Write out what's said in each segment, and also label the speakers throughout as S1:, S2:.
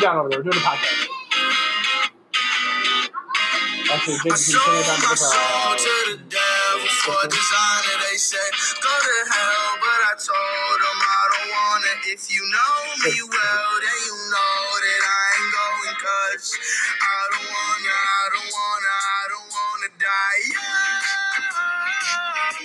S1: down over there. We're doing a podcast. Actually, Jacob
S2: I
S1: can turn it down
S2: sold
S1: to
S2: my
S1: the crowd.
S2: soul to the devil for designer. They said go to hell, but I told them I don't wanna. If you know me well, then you know that I ain't going 'cause I don't wanna, I don't wanna, I don't wanna die young.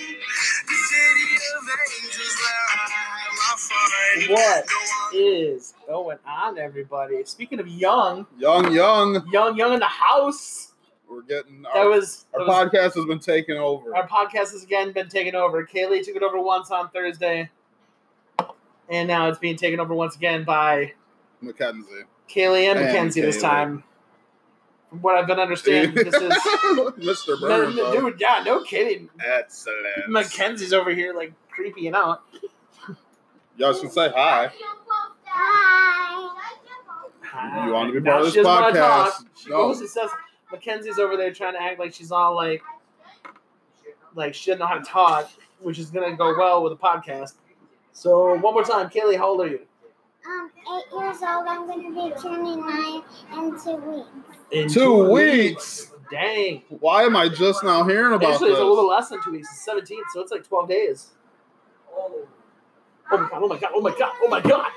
S2: The city of angels where I had my fun.
S1: What
S2: Don't wanna
S1: is going on, everybody? Speaking of young,
S3: Young, young.
S1: young, young in the house.
S3: We're getting
S1: That
S3: our,
S1: was, that
S3: our
S1: was-
S3: podcast has been taken over.
S1: our podcast has again been taken over. Kaylee took it over once on Thursday, and now it's being taken over once again by
S3: Mackenzie.
S1: Kaylee and
S3: And
S1: Mackenzie this
S3: Kaylee.
S1: time. From what I've been understanding, this is
S3: Mr. Burns.
S1: No,
S3: though.
S1: dude. Yeah, no kidding.
S3: Excellent.
S1: Mackenzie's over here like creeping out.
S3: Y'all should say hi. You want to be
S1: Ah, Now
S3: part of
S1: she doesn't
S3: this
S1: wanna
S3: podcast?
S1: talk. She
S3: No.
S1: goes and says Mackenzie's over there trying to act like she's all like, like she doesn't know how to talk, which is gonna go well with the podcast. So one more time, Kaylee, how old are you?
S4: Um, eight years old. I'm going to be turning nine in two weeks.
S1: In
S3: Two weeks.
S1: Dang.
S3: Why am I just now hearing about
S1: Actually,
S3: this?
S1: it's a little less than two weeks. It's 17, so it's like 12 days. Oh my god! Oh my god! Oh my god! Oh my god!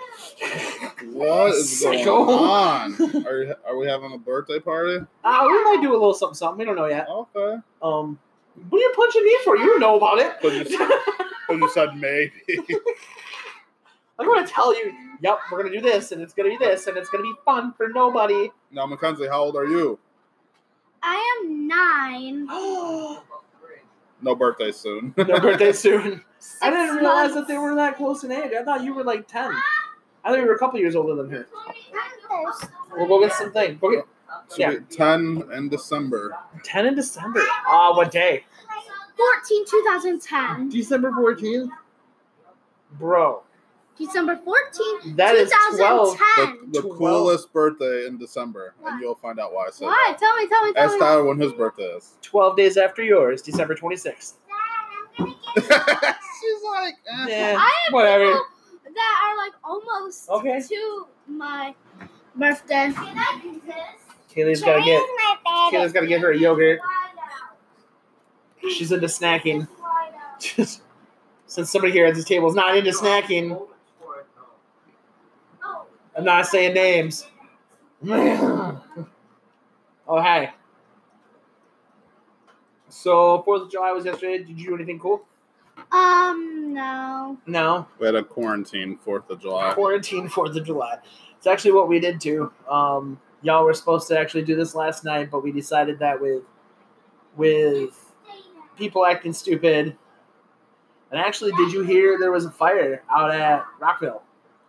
S3: What is going
S1: Psycho.
S3: on? Are, you- are we having a birthday party?
S1: Uh, we might do a little something, something. We don't know yet.
S3: Okay.
S1: Um, what are you punching me for? You don't know about it.
S3: But you, but you said maybe.
S1: I'm gonna tell you. Yep, we're gonna do this, and it's gonna be this, and it's gonna be fun for nobody.
S3: now, Mackenzie, how old are you?
S4: I am nine.
S1: no
S3: No birthday soon.
S1: birthday soon. I
S4: Six
S1: didn't realize that
S4: months.
S1: they were that close in age. I thought you were like ten. I thought you were a couple years older than her.
S4: I'm thirsty.
S1: We'll go get something. Go get
S3: Should
S1: yeah.
S3: be 10 in December.
S1: ten in December. Ah, what day?
S4: 14, 2010.
S1: December fourteenth. Bro,
S4: December 14,
S1: that is twelve.
S4: 2010.
S3: The, the
S1: Twelve.
S3: coolest birthday in December.
S4: Why?
S3: And you'll find out why I said
S4: Why?
S3: that.
S4: Tell me, tell me, tell
S3: Ask
S4: me.
S3: Tyler when his birthday is.
S1: Twelve days after yours, December twenty sixth.
S3: She's like, eh.
S1: Yeah,
S4: I have
S1: whatever.
S4: people that are like almost
S1: Okay.
S4: to my birthday.
S1: Kaylee's gotta get. Kayla's gotta get her a yogurt. She's into snacking. Since somebody here at this table is not into snacking, I'm not saying names. oh, hey. So, 4th of July was yesterday. Did you do anything cool?
S4: Um, no.
S1: No.
S3: We had a quarantine 4th of July.
S1: Quarantine 4th of July. It's actually what we did too. Um, y'all were supposed to actually do this last night, but we decided that with with people acting stupid. And actually, did you hear there was a fire out at Rockville?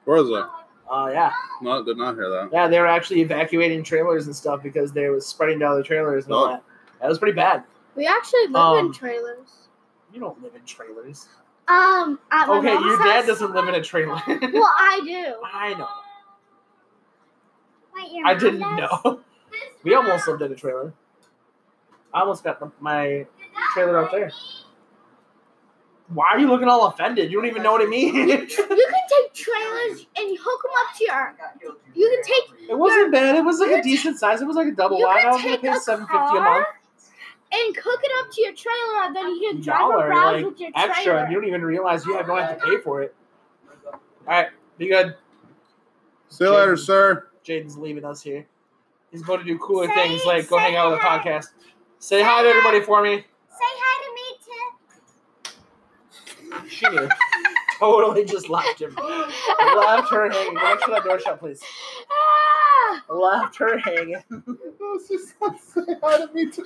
S3: Where is it?
S1: Uh, yeah.
S3: No, did not hear that.
S1: Yeah, they were actually evacuating trailers and stuff because they was spreading to other trailers and all
S3: Oh.
S1: that. That was pretty bad.
S4: We actually live
S1: Um,
S4: in trailers.
S1: You don't live in trailers.
S4: Um, at my
S1: Okay,
S4: mom's
S1: your dad
S4: house-
S1: doesn't live in a trailer.
S4: Well, I do.
S1: I know.
S4: Wait, your
S1: I
S4: mom
S1: didn't
S4: does?
S1: know. We almost lived in a trailer. I almost got the, my trailer out there. Why are you looking all offended? You don't even know what I mean. it
S4: You can take trailers and hook them up to your. You can take
S1: wasn't bad. It was like a decent size. It was like a double
S4: You
S1: wide.
S4: could
S1: I was gonna
S4: take
S1: pay
S4: a
S1: seven fifty a month.
S4: and hook it up to your trailer, and then you can drive
S1: Y'all are,
S4: around
S1: like,
S4: with your trailer.
S1: Extra, and you don't even realize you don't have to pay for it. All right, be good.
S3: See you later, sir.
S1: Jaden's leaving us here. He's going to do cooler
S4: Say-
S1: things like go
S4: say
S1: hang out with the
S4: hi.
S1: podcast. Say
S4: Say
S1: hi to
S4: hi.
S1: everybody for me.
S4: hi to me too.
S1: She knew. totally just left him. Left her hanging. Make sure that door shut, please.
S4: Ah,
S1: Left her hanging.
S3: She said, Say hi to me too.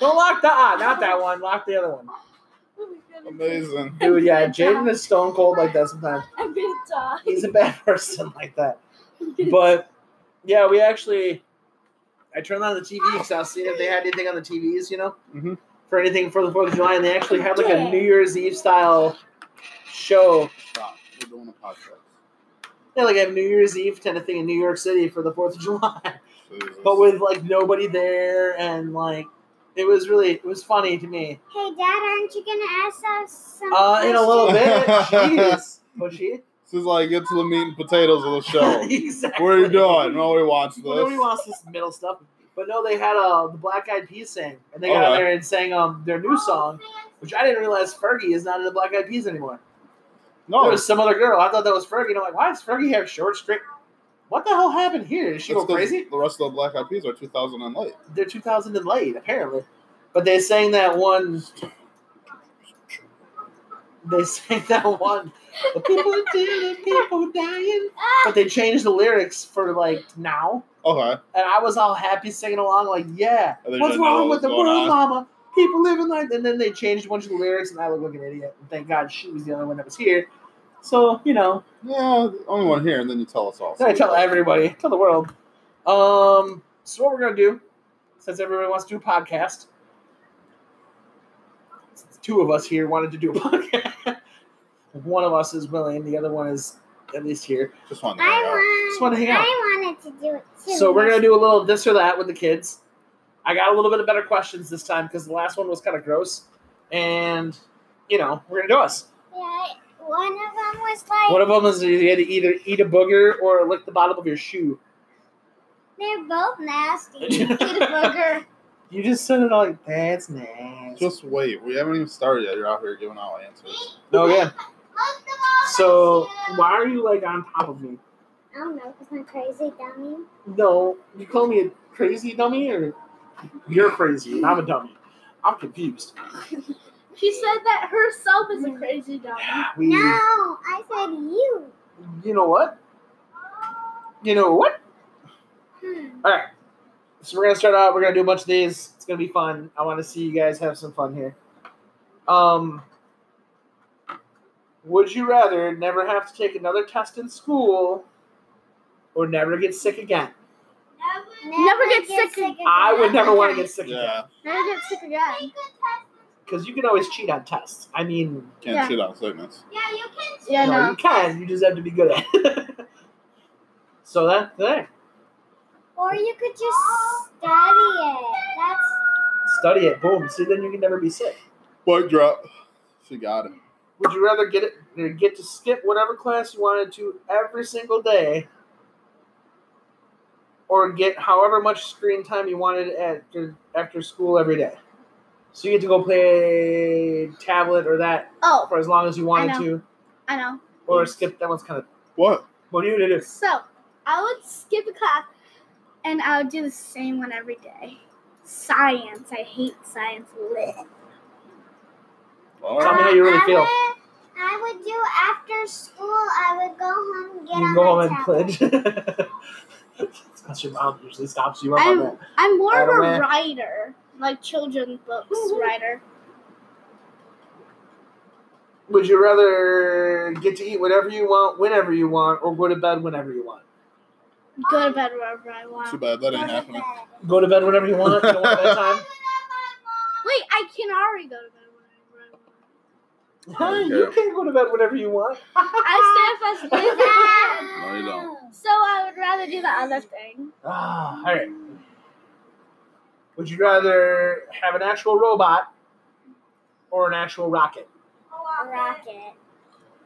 S1: Don't lock that. Ah, not that one. Lock the other one.
S3: Amazing.
S1: Dude, yeah, Jaden is stone cold like that sometimes.
S4: I'm gonna die.
S1: He's a bad person like that. But yeah, we actually. I turned on the TV because I was seeing if they had anything on the TVs, you know,
S3: Mhm.
S1: for anything for the Fourth of July, and they actually had like a New Year's Eve style show
S3: Stop. We're doing a podcast.
S1: Yeah, like a New Year's Eve kind of thing in New York City for the Fourth of July,
S3: Jesus.
S1: but with like nobody there, and like it was really it was funny to me.
S4: Hey, Dad, aren't you gonna ask us some
S1: Uh, in a little bit, jeez, was she?
S3: This is like get to the meat and potatoes of the show.
S1: exactly.
S3: what are you doing? Nobody watched this.
S1: Nobody wants this middle stuff. But no, they had uh, the Black Eyed Peas sang, and they got out
S3: Okay.
S1: there and sang um their new song, which I didn't realize Fergie is not in the Black Eyed Peas anymore. There
S3: no,
S1: was some other girl. I thought that was Fergie. And I'm like, why does Fergie have short, straight? What the hell happened here? Did she
S3: that's
S1: go
S3: 'cause
S1: crazy?
S3: The rest of the Black Eyed Peas are 2000 and late.
S1: They're 2000 and late, apparently. But they sang that one. They sang that one. The people are dead, the people dying. But they changed the lyrics for like now.
S3: Okay,
S1: And I was all happy singing along, like, yeah,
S3: And they
S1: what's
S3: didn't know
S1: wrong
S3: what
S1: with the
S3: was
S1: world,
S3: going on.
S1: mama? People living like And then they changed a bunch of the lyrics, and I looked like an idiot. And thank God she was the only one that was here. So, you know,
S3: yeah, the only one here, and then you tell us all.
S1: then I tell everybody, tell the world. Um, so what we're gonna do, since everybody wants to do a podcast, since two of us here wanted to do a podcast. one of us is willing, the other one is at least here.
S3: Just wanted to
S4: I
S3: hang out.
S4: want.
S1: Just wanna hang out.
S4: I wanted to do it too.
S1: So we're gonna do a little this or that with the kids. I got a little bit of better questions this time because the last one was kind of gross, and you know we're gonna do us.
S4: Yeah, one of them was like
S1: One of them is you had to either eat a booger or lick the bottom of your shoe.
S4: they're both nasty. Eat a booger.
S1: You just said it all like that's nasty.
S3: Just wait. We haven't even started yet. You're out here giving out answers.
S1: no, Oh, yeah.
S4: Look them all
S1: So
S4: at you.
S1: why are you like on top of me?
S4: I don't know, cause I'm crazy dummy.
S1: No, you call me a crazy dummy, or you're crazy and I'm a dummy. I'm confused.
S5: She said that herself is a crazy dummy.
S1: We,
S4: No, I said you.
S1: you know what? You know what?
S4: Hmm.
S1: All right. So we're gonna start out. We're gonna do a bunch of these. It's gonna be fun. I want to see you guys have some fun here. Um, would you rather never have to take another test in school, or never get sick again?
S4: Never,
S5: get sick
S4: again.
S1: I would never want to get sick again.
S3: Yeah,
S5: Now you get sick again.
S1: because you can always cheat on tests. I mean,
S3: can't
S5: Yeah.
S3: shoot out segments.
S4: Yeah, you can.
S5: Yeah,
S1: you, know,
S5: no.
S1: you can. You just have to be good at. it. so that there,
S4: Or you could just study it. That's
S1: study it. Boom. See, then you can never be sick.
S3: Mic drop. She got it.
S1: Would you rather get it or get to skip whatever class you wanted to every single day, or get however much screen time you wanted after after school every day? So you get to go play tablet or that
S5: Oh,
S1: for as long as you wanted
S5: know.
S1: to,
S5: I know.
S1: or skip. That one's kind of.
S3: What?
S1: What do you gonna do?
S5: So I would skip a class, and I would do the same one every day. Science. I hate science. Blech.
S3: All
S1: Tell me
S3: right.
S1: how you really
S4: I
S1: feel.
S4: Would, I would do after school. I would go home and get
S1: you
S4: on
S1: go home
S4: my
S1: and
S4: tablet.
S1: pledge. That's your mom usually stops you up on
S5: I'm
S1: that.
S5: I'm more of
S1: Attaboy.
S5: a writer, like children's books writer.
S1: Would you rather get to eat whatever you want, whenever you want, or go to bed whenever you want?
S5: Go to bed wherever I want.
S3: Too bad that
S4: Go
S3: ain't
S4: to
S3: happening.
S4: bed.
S1: Go to bed whenever you want. You don't want bedtime.
S5: Wait, I can already go to bed whenever I want.
S1: Huh, you can go to bed whenever you want.
S5: I stay up as late. as I
S3: No, you don't.
S5: can. So I would rather do the other thing.
S1: Ah, all right. Would you rather have an actual robot or an actual rocket?
S4: Rocket.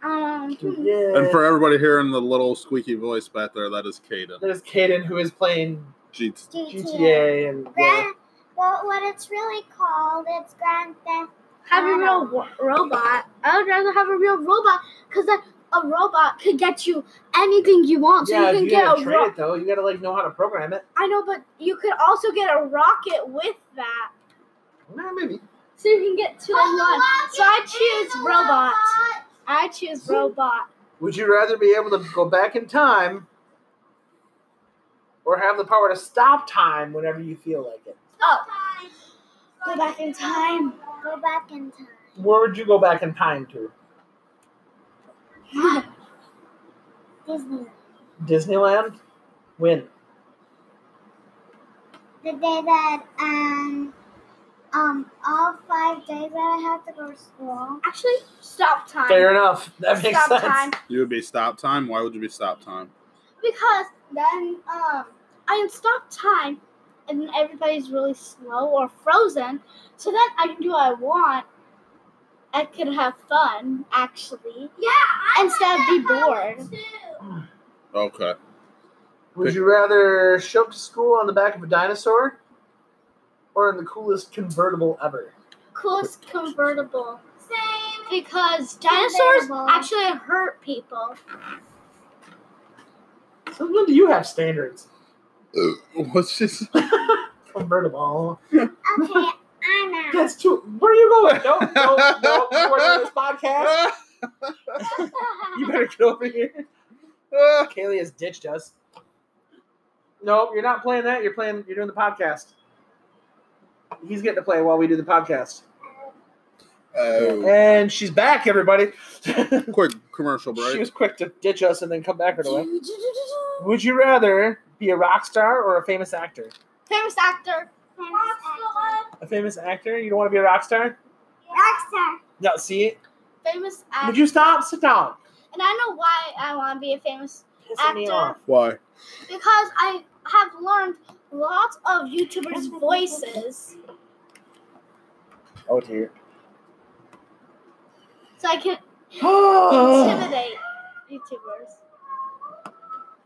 S5: Um, hmm.
S1: Yeah.
S3: And for everybody hearing the little squeaky voice back there, that is Kaden.
S1: there's Kaden who is playing
S3: Jeez.
S4: GTA.
S1: GTA and uh, yeah.
S4: Grand, well, what it's really called, it's Grand Theft.
S5: have a real wo- robot. I would rather have a real robot because a robot could get you anything you want. So
S1: yeah,
S5: you can
S1: you
S5: get
S1: gotta
S5: a
S1: train
S5: ro-
S1: it though. You gotta like know how to program it.
S5: I know, but you could also get a rocket with that.
S1: Nah, maybe.
S5: So you can get two in
S4: Oh,
S5: one. So I choose robot. I choose robot.
S1: Would you rather be able to go back in time or have the power to stop time whenever you feel like it?
S5: Oh,
S4: Go
S5: back in time.
S4: Go back in time.
S1: Where would you go back in time to?
S4: Disney.
S1: Disneyland? When?
S4: The day that um um all five days that I have to go to school.
S5: actually, stop time.
S1: Fair enough. That makes
S5: stop
S1: sense.
S5: time.
S3: You would be stop time. Why would you be stop time?
S5: Because then um, I can stop time, and then everybody's really slow or frozen. So then I can do what I want. I could have fun, actually. Yeah, I instead be bored.
S3: Okay.
S1: Would you rather show up to school on the back of a dinosaur or in the coolest convertible ever?
S5: Coolest convertible.
S4: Same.
S5: Because dinosaurs
S4: Convertible.
S5: actually hurt people.
S1: So when do you have standards?
S3: What's this?
S1: Convertible.
S4: Okay, I know.
S1: That's too. Where are you going? No, no, no. We're doing this podcast. You better get over here. Kaylee has ditched us. No, you're not playing that. You're playing. You're doing the podcast. He's getting to play while we do the podcast.
S3: oh.
S1: And she's back, everybody.
S3: Quick commercial
S1: She
S3: break.
S1: was quick to ditch us and then come back right away. Would you rather be a rock star or a famous actor?
S5: Famous actor.
S1: A famous actor? You don't want to be a rock star?
S4: Rockstar.
S1: No, see?
S5: Famous
S1: Would
S5: actor.
S1: you stop? Sit down.
S5: and I know why I want to be a famous
S1: Pissing me
S5: Actor.
S1: off.
S3: Why?
S5: because I have learned lots of YouTubers' voices,
S1: Oh, dear.
S5: so I can intimidate YouTubers.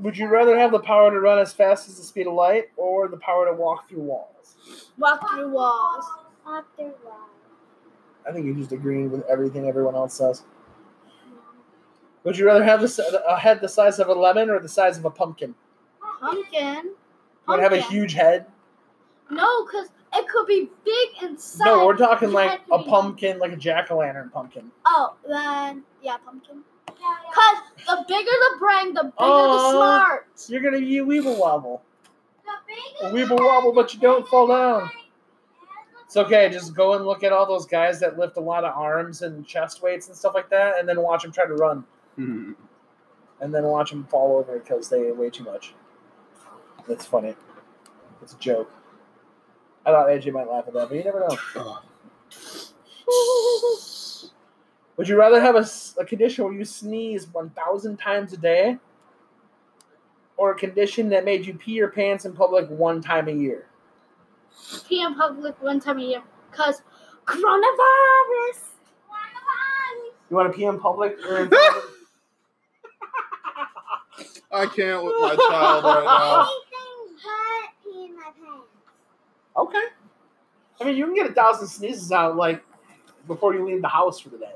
S1: Would you rather have the power to run as fast as the speed of light or the power to walk through walls?
S5: Walk through walls.
S4: Up the wall.
S1: I think you're just agreeing with everything everyone else says. Would you rather have this, a head the size of a lemon or the size of a pumpkin?
S5: Pumpkin.
S1: You would have a
S5: Pumpkin.
S1: huge head.
S5: No, because it could be big inside.
S1: No, we're talking
S5: Your
S1: like
S5: head
S1: a
S5: could be-
S1: pumpkin, like a jack o' lantern pumpkin.
S5: Oh, then yeah, pumpkin. Cause the bigger the brain, the bigger
S1: Oh.
S5: the smart.
S1: So you're gonna be a weeble wobble.
S4: The
S1: A weeble wobble, but you don't fall down. It's okay. Just go and look at all those guys that lift a lot of arms and chest weights and stuff like that, and then watch them try to run,
S3: Hmm.
S1: and then watch them fall over because they weigh too much. That's funny. It's a joke. I thought AJ might laugh at that, but you never know. Would you rather have a, s- a condition where you sneeze 1,000 times a day or a condition that made you pee your pants in public one time a year?
S5: Pee in public one time a year, cause coronavirus.
S1: You want to pee in public? Or in public?
S3: I can't with my child right
S4: Anything but pee in my pants.
S1: okay. I mean, you can get a 1,000 sneezes out, like, before you leave the house for the day.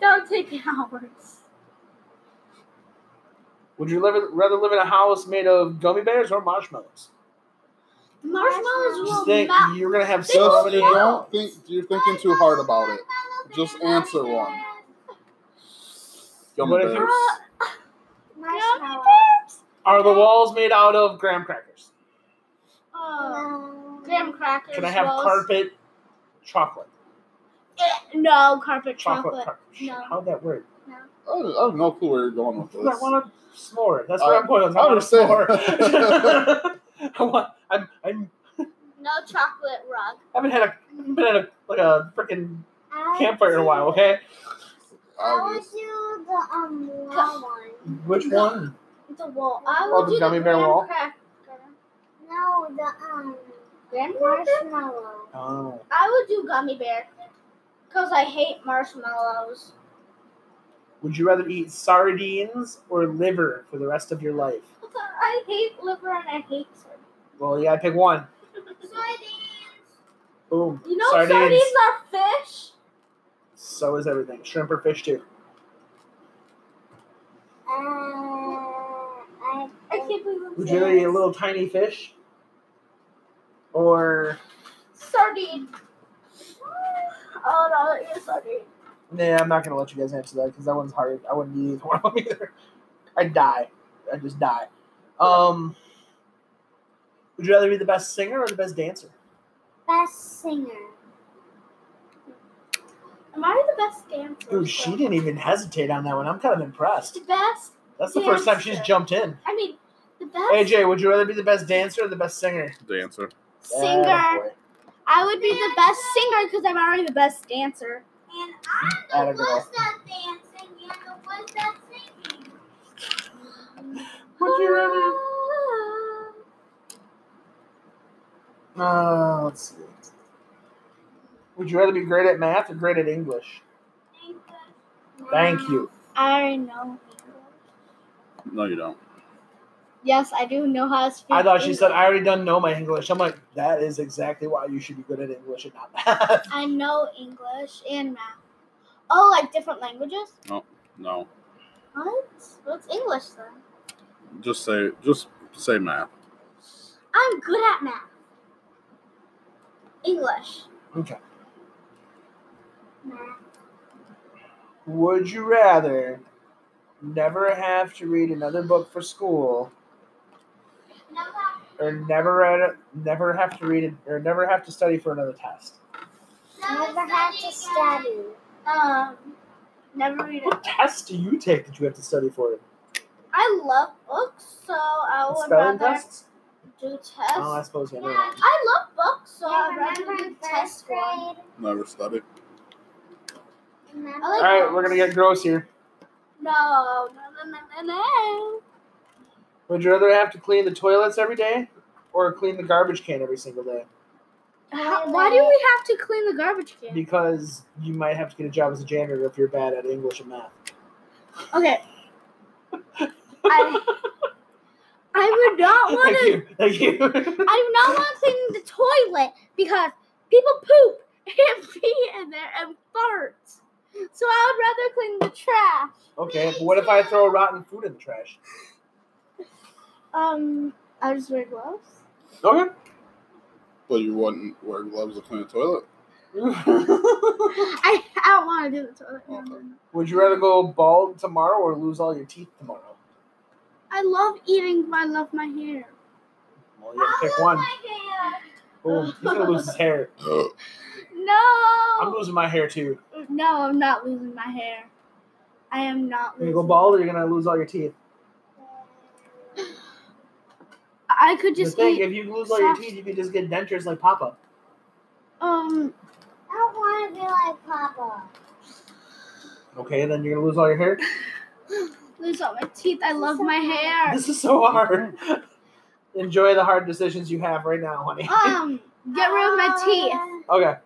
S5: That'll take hours.
S1: Would you live, rather live in a house made of gummy bears or marshmallows?
S5: The marshmallows
S1: Just
S5: will
S1: think
S5: melt.
S1: you're going to have so
S3: now.
S1: many.
S3: Just don't think you're thinking too hard about it. Just answer one. Gummy
S1: What if
S3: bears.
S4: Marshmallow.
S1: Are the walls made out of graham crackers?
S5: Oh,
S4: No.
S5: graham crackers.
S1: Can I have
S5: rolls.
S1: carpet chocolate?
S5: Eh, No, carpet
S1: Chocolate,
S5: chocolate.
S1: carpet. Shit,
S5: No.
S1: How'd that work?
S3: I don't- I have no clue where you're going with
S1: I
S3: this.
S1: want a s'more. That's where
S3: I-
S1: I'm going. with. Oh, Uh, I,
S3: I
S1: want a
S3: understand.
S1: s'more. I want. I'm. I'm.
S5: No chocolate rug.
S1: I haven't had a. I haven't been at a like a freaking
S4: I
S1: campfire in a while.
S4: do-
S1: Okay.
S4: I would
S3: Obvious.
S4: do the um long one.
S1: Which one?
S5: The wall. I
S1: Oh,
S5: will
S1: the
S5: do
S1: gummy
S5: the
S1: bear
S5: graham
S1: wall?
S5: Cracker.
S4: No, the um
S5: Graham cracker?
S4: marshmallow.
S1: Oh.
S5: I will do gummy bear. Because I hate marshmallows.
S1: Would you rather eat sardines or liver for the rest of your life?
S5: I hate liver and I hate sardines.
S1: Well, you gotta pick one. Boom.
S5: You know sardines, are fish?
S1: So is everything. Shrimp or fish too.
S4: Uh, I,
S5: I can't believe I'm
S1: Would you
S5: saying
S1: rather eat a
S5: this.
S1: little tiny fish? Or
S5: Sardine. Oh no, you're sardine.
S1: Nah, I'm not gonna let you guys answer that because that one's hard. I wouldn't do either one of them either. I'd die. I'd just die. Um, would you rather be the best singer or the best dancer?
S4: best singer.
S5: Am I the best dancer?
S1: Ooh, she didn't even hesitate on that one. I'm kind of impressed.
S5: The best.
S1: That's the first time she's
S5: Dancer.
S1: jumped in.
S5: I mean, the best
S1: AJ, would you rather be the best dancer or the best singer?
S3: Dancer.
S5: singer.
S1: Attaboy.
S5: I would be the best singer because I'm already the best dancer.
S4: And
S1: I
S4: I'm
S1: don't
S4: the
S1: know.
S4: one that's dancing and the one that's singing.
S1: Would you rather? Uh, let's see. Would you rather be great at math or great at English? Thank you.
S5: I know.
S3: No, you don't.
S5: Yes, I do know how to speak.
S1: I thought she
S5: English.
S1: said, I already done know my English. I'm like, that is exactly why you should be good at English and not math.
S5: I know English and math. Oh, like different languages?
S3: No.
S5: What? What's English then?
S3: Just say just say math.
S5: I'm good at math. English.
S1: Okay.
S5: Math.
S1: Would you rather never have to read another book for school or never read, never have to read it or never have to study for another test?
S4: Never had to study.
S5: Um, never read it.
S1: What test do you take that you have to study for?
S5: I love books, so I would
S1: Spelling
S5: rather
S1: tests?
S5: do tests.
S1: Oh, I suppose you
S4: Yeah.
S1: never.
S5: I love books, so
S4: I
S5: I'd rather
S4: remember
S5: do
S4: in
S5: test
S4: first
S5: one.
S4: grade.
S3: Never study.
S4: Remember?
S5: I
S1: All
S5: like-
S1: right, we're gonna get gross here.
S5: No, no, no, no, no, no.
S1: Would you rather have to clean the toilets every day or clean the garbage can every single day?
S5: How- why do we have to clean the garbage can?
S1: Because you might have to get a job as a janitor if you're bad at English and math.
S5: Okay. I, I would not want
S1: Thank
S5: to
S1: you. Thank you.
S5: I do not want to clean the toilet because people poop and pee in there and fart. So I would rather clean the trash.
S1: okay, but what if I throw rotten food in the trash?
S5: Um, I just wear gloves.
S1: Okay.
S3: But you wouldn't wear gloves to clean a toilet.
S5: I, I don't want to do the toilet.
S1: Oh,
S3: Okay.
S1: Would you rather go bald tomorrow or lose all your teeth tomorrow?
S5: I love eating, but I love my hair.
S1: Well, you have to pick one. Oh, he's gonna lose his hair.
S5: Uh,
S1: I'm
S5: No,
S1: losing my hair too.
S5: no, I'm not losing my hair. I am not
S1: You're
S5: losing.
S1: gonna go bald or you're gonna lose all your teeth?
S5: I could
S1: The
S5: just
S1: thing,
S5: eat.
S1: if you lose all your
S5: soft-
S1: teeth, you could just get dentures like Papa.
S5: Um,
S4: I don't want to be like Papa.
S1: Okay, then you're gonna lose all your hair?
S5: lose all my teeth. I love my hair.
S1: This is so hard. Enjoy the hard decisions you have right now, honey.
S5: Um, get rid of my teeth.
S1: Okay.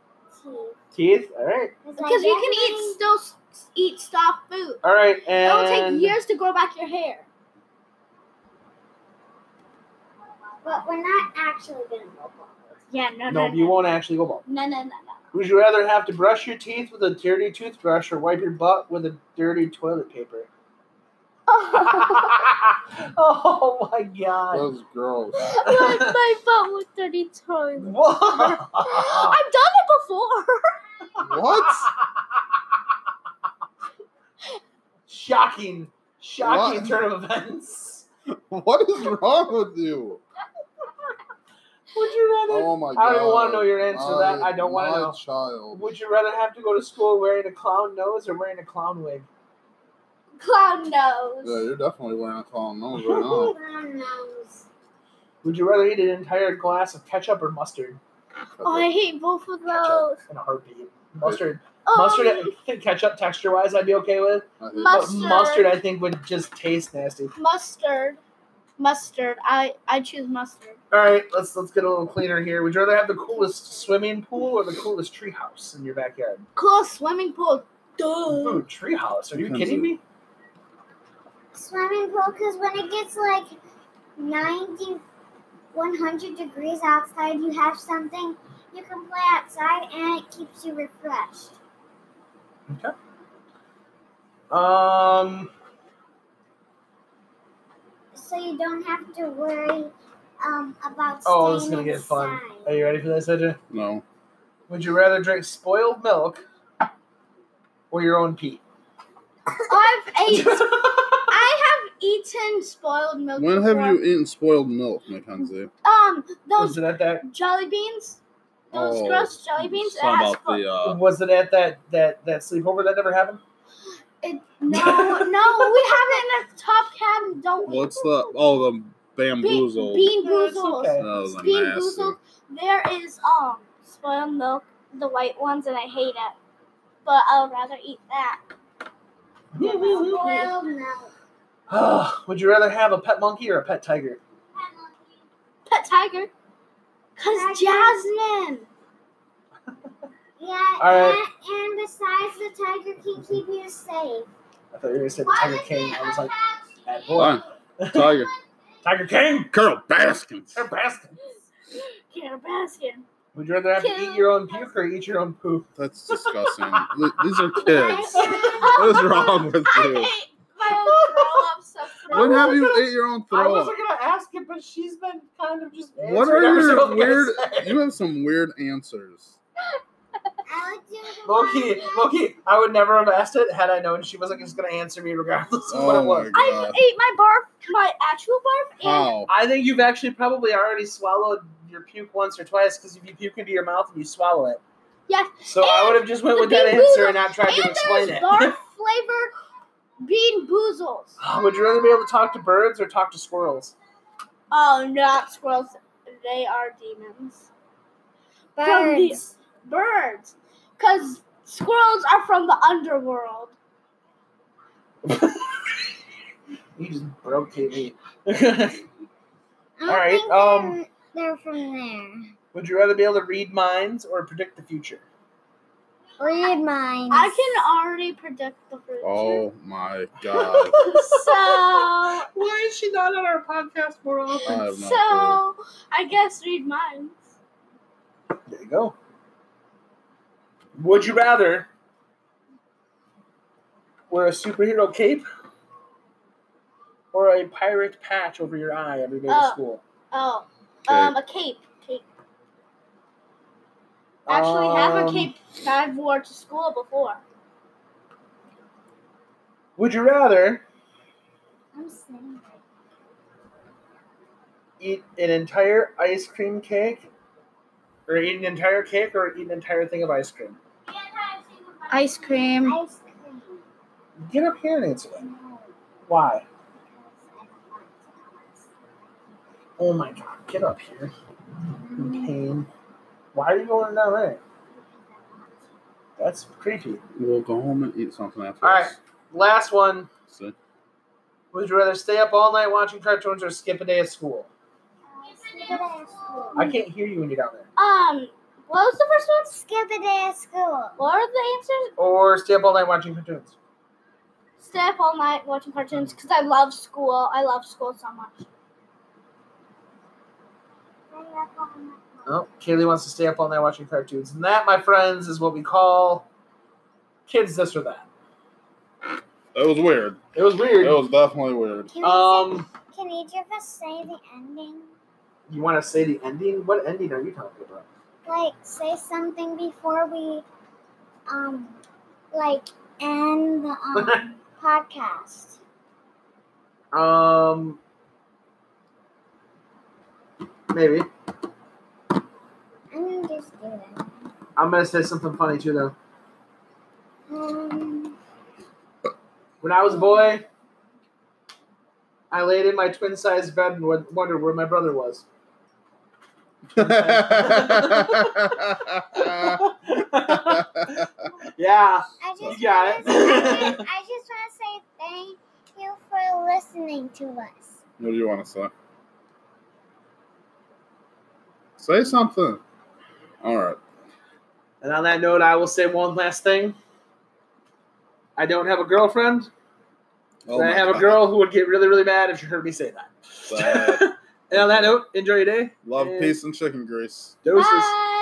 S1: Teeth? All right.
S5: Because you can eat still s- eat soft food.
S1: All right.
S5: It will
S1: And
S5: take years to grow back your hair.
S4: But we're not actually going to go bald.
S5: Yeah, no, no,
S1: No,
S5: no,
S1: you won't actually go bald.
S5: no, no, no, no.
S1: Would you rather have to brush your teeth with a dirty toothbrush or wipe your butt with a dirty toilet paper? oh my god.
S3: That's gross.
S5: Wipe my butt with dirty toilet.
S1: What?
S5: I've done it before.
S3: what?
S1: Shocking. Shocking
S3: What?
S1: turn of events.
S3: What is wrong with you?
S1: Would you rather
S3: Oh my god.
S1: I don't even wanna know your answer to that.
S3: My-
S1: I don't wanna
S3: my
S1: know.
S3: Child.
S1: Would you rather have to go to school wearing a clown nose or wearing a clown wig?
S5: Clown nose.
S3: Yeah, you're definitely wearing a clown nose right now.
S4: Brown nose.
S1: Would you rather eat an entire glass of ketchup or mustard?
S5: oh, I hate both of those.
S1: In a heartbeat. Mustard,
S5: Um,
S1: mustard, I think ketchup texture-wise, I'd be okay with.
S3: I
S1: But
S3: hate
S5: Mustard.
S1: mustard, I think, would just taste nasty.
S5: mustard, mustard. I I choose mustard.
S1: All right, let's let's get a little cleaner here. Would you rather have the coolest swimming pool or the coolest tree house in your backyard?
S5: Close swimming pool. Duh.
S3: Hmm.
S1: Ooh, tree house? Are you
S3: Depends
S1: kidding
S3: on-
S1: me?
S4: Swimming pool, because when it gets like 90, 100 degrees outside, you have something you can play outside and it keeps you refreshed.
S1: Um,
S4: So you don't have to worry um, about
S1: Oh, this is
S4: staying
S1: gonna get fun.
S4: inside.
S1: are you ready for this, Edja?
S3: No.
S1: Would you rather drink spoiled milk or your own pee?
S5: I've ate. I have eaten spoiled milk.
S3: When have
S5: before.
S3: you eaten spoiled milk, Mackenzie?
S5: Um, those
S1: was it at that?
S5: jelly beans. Those
S3: Oh,
S5: gross jelly beans. It
S3: Something
S5: has
S3: about the, uh,
S1: Was it at that that that sleepover that never happened?
S5: It, no, no, we have it in the top cabin, don't we?
S3: what's the oh the
S5: Bean,
S3: bamboozled?
S5: bean
S1: No, it's
S5: boozles.
S1: okay.
S3: that was
S5: Bean
S3: nasty.
S5: boozled. There is um spoiled milk, the white ones, and I hate it. But I would rather eat that.
S4: Spoiled milk.
S1: Would you rather have a pet monkey or a pet tiger?
S5: Pet tiger. Cause
S4: Tiger.
S5: Jasmine.
S4: Yeah,
S1: Alright.
S4: and, and besides, the tiger can keep you safe.
S1: I thought you were going to say the Tiger King. I was like, bad boy.
S3: Fine. Tiger.
S1: Tiger King?
S3: Carol Baskins.
S1: They're Baskin.
S5: Carol Baskin.
S1: Would you rather have to eat your own puke or eat your own poop?
S3: That's disgusting. Th- These are kids.
S5: what
S3: What is wrong with
S5: I
S3: you?
S5: hate my own throw up so
S3: When
S5: much.
S3: have you ate your own
S1: I
S3: throw up?
S1: wasn't going to ask it, but she's been kind of just. answering
S3: What are
S1: every single
S3: your
S1: thing I
S3: weird?
S1: said.
S3: You have some weird answers.
S4: I would do the
S1: Loki, Loki, I would never have asked it had I known she wasn't just going to answer me regardless of what
S3: Oh
S1: it was.
S3: my
S5: I
S3: God.
S5: ate my barf, my actual barf, and
S3: How?
S1: I think you've actually probably already swallowed your puke once or twice because if you puke into your mouth and you swallow it.
S5: Yes,
S1: So I
S5: and
S1: would have just went
S5: the
S1: with that
S5: big
S1: answer
S5: boozle-
S1: and not tried to
S5: and
S1: explain it.
S5: there's barf flavored bean boozles.
S1: Oh, would you rather be able to talk to birds or talk to squirrels?
S5: Oh, not squirrels. They are demons. From the-
S4: birds.
S5: Birds. Because squirrels are from the underworld.
S1: You just broke KV.
S4: I
S1: All
S4: don't
S1: right,
S4: think
S1: um,
S4: they're, they're from
S1: would you rather be able to read minds or predict the future?
S4: there. Read mine.
S5: I can already predict the future.
S3: Oh my god!
S5: So,
S1: Why is she not on our podcast more often?
S3: I have no clue.
S5: so I guess read minds.
S1: There you go. Would you rather wear a superhero cape or a pirate patch over your eye every day
S5: Oh.
S1: to school?
S5: Oh,
S3: Okay.
S5: um, a cape. Cape. Actually, have a
S1: Um,
S5: cape that I've worn to school before.
S1: Would you rather
S4: I'm sitting right
S1: eat an entire ice cream cake, or eat an entire cake, or eat an entire thing of ice cream?
S5: Ice cream.
S4: Ice cream.
S1: Get up here and answer that.
S4: No,
S1: Why?
S4: because
S1: Oh my god, get up here. In pain. Why are you going down there? That's creepy.
S3: We'll go home and eat something after.
S1: Alright. Last one.
S3: this. See?
S1: Would you rather stay up all night watching cartoons or skip a day of school?
S4: I don't want
S1: I can't hear you when you're down there.
S5: Um, what was the first
S4: to.
S5: one?
S4: Skip a day of school.
S5: What are the answers?
S1: Or stay up all night watching cartoons.
S5: Stay up all night watching cartoons because I love school. I love school so much.
S1: Oh, Kaylee wants to stay up all night watching cartoons. And that, my friends, is what we call kids this or that.
S3: That was weird.
S1: It was
S3: That
S1: weird.
S3: was definitely weird.
S4: Can,
S5: Uh,
S4: we
S1: Um,
S4: say, can each of us say the ending?
S1: you want to say the ending? What ending are you talking about?
S4: Like, say something before we, um, like, end the um, podcast.
S1: Um, maybe
S4: I'm gonna just do that.
S1: I'm gonna say something funny too, though.
S4: Um,
S1: When I was a boy, I laid in my twin-sized bed and won- wondered where my brother was. yeah.
S4: I just
S1: got
S4: wanna Say,
S1: it.
S4: I just want to say thank you for listening to us.
S3: What do you want to say? Say something. All right.
S1: And on that note, I will say one last thing. I don't have a girlfriend,
S3: Oh
S1: but I
S3: my
S1: have a
S3: God.
S1: girl who would get really, really mad if she heard me say that.
S3: Sad.
S1: and on that note, enjoy your day.
S3: Love,
S1: And
S3: peace, and chicken grease.
S1: Doses.
S5: Bye.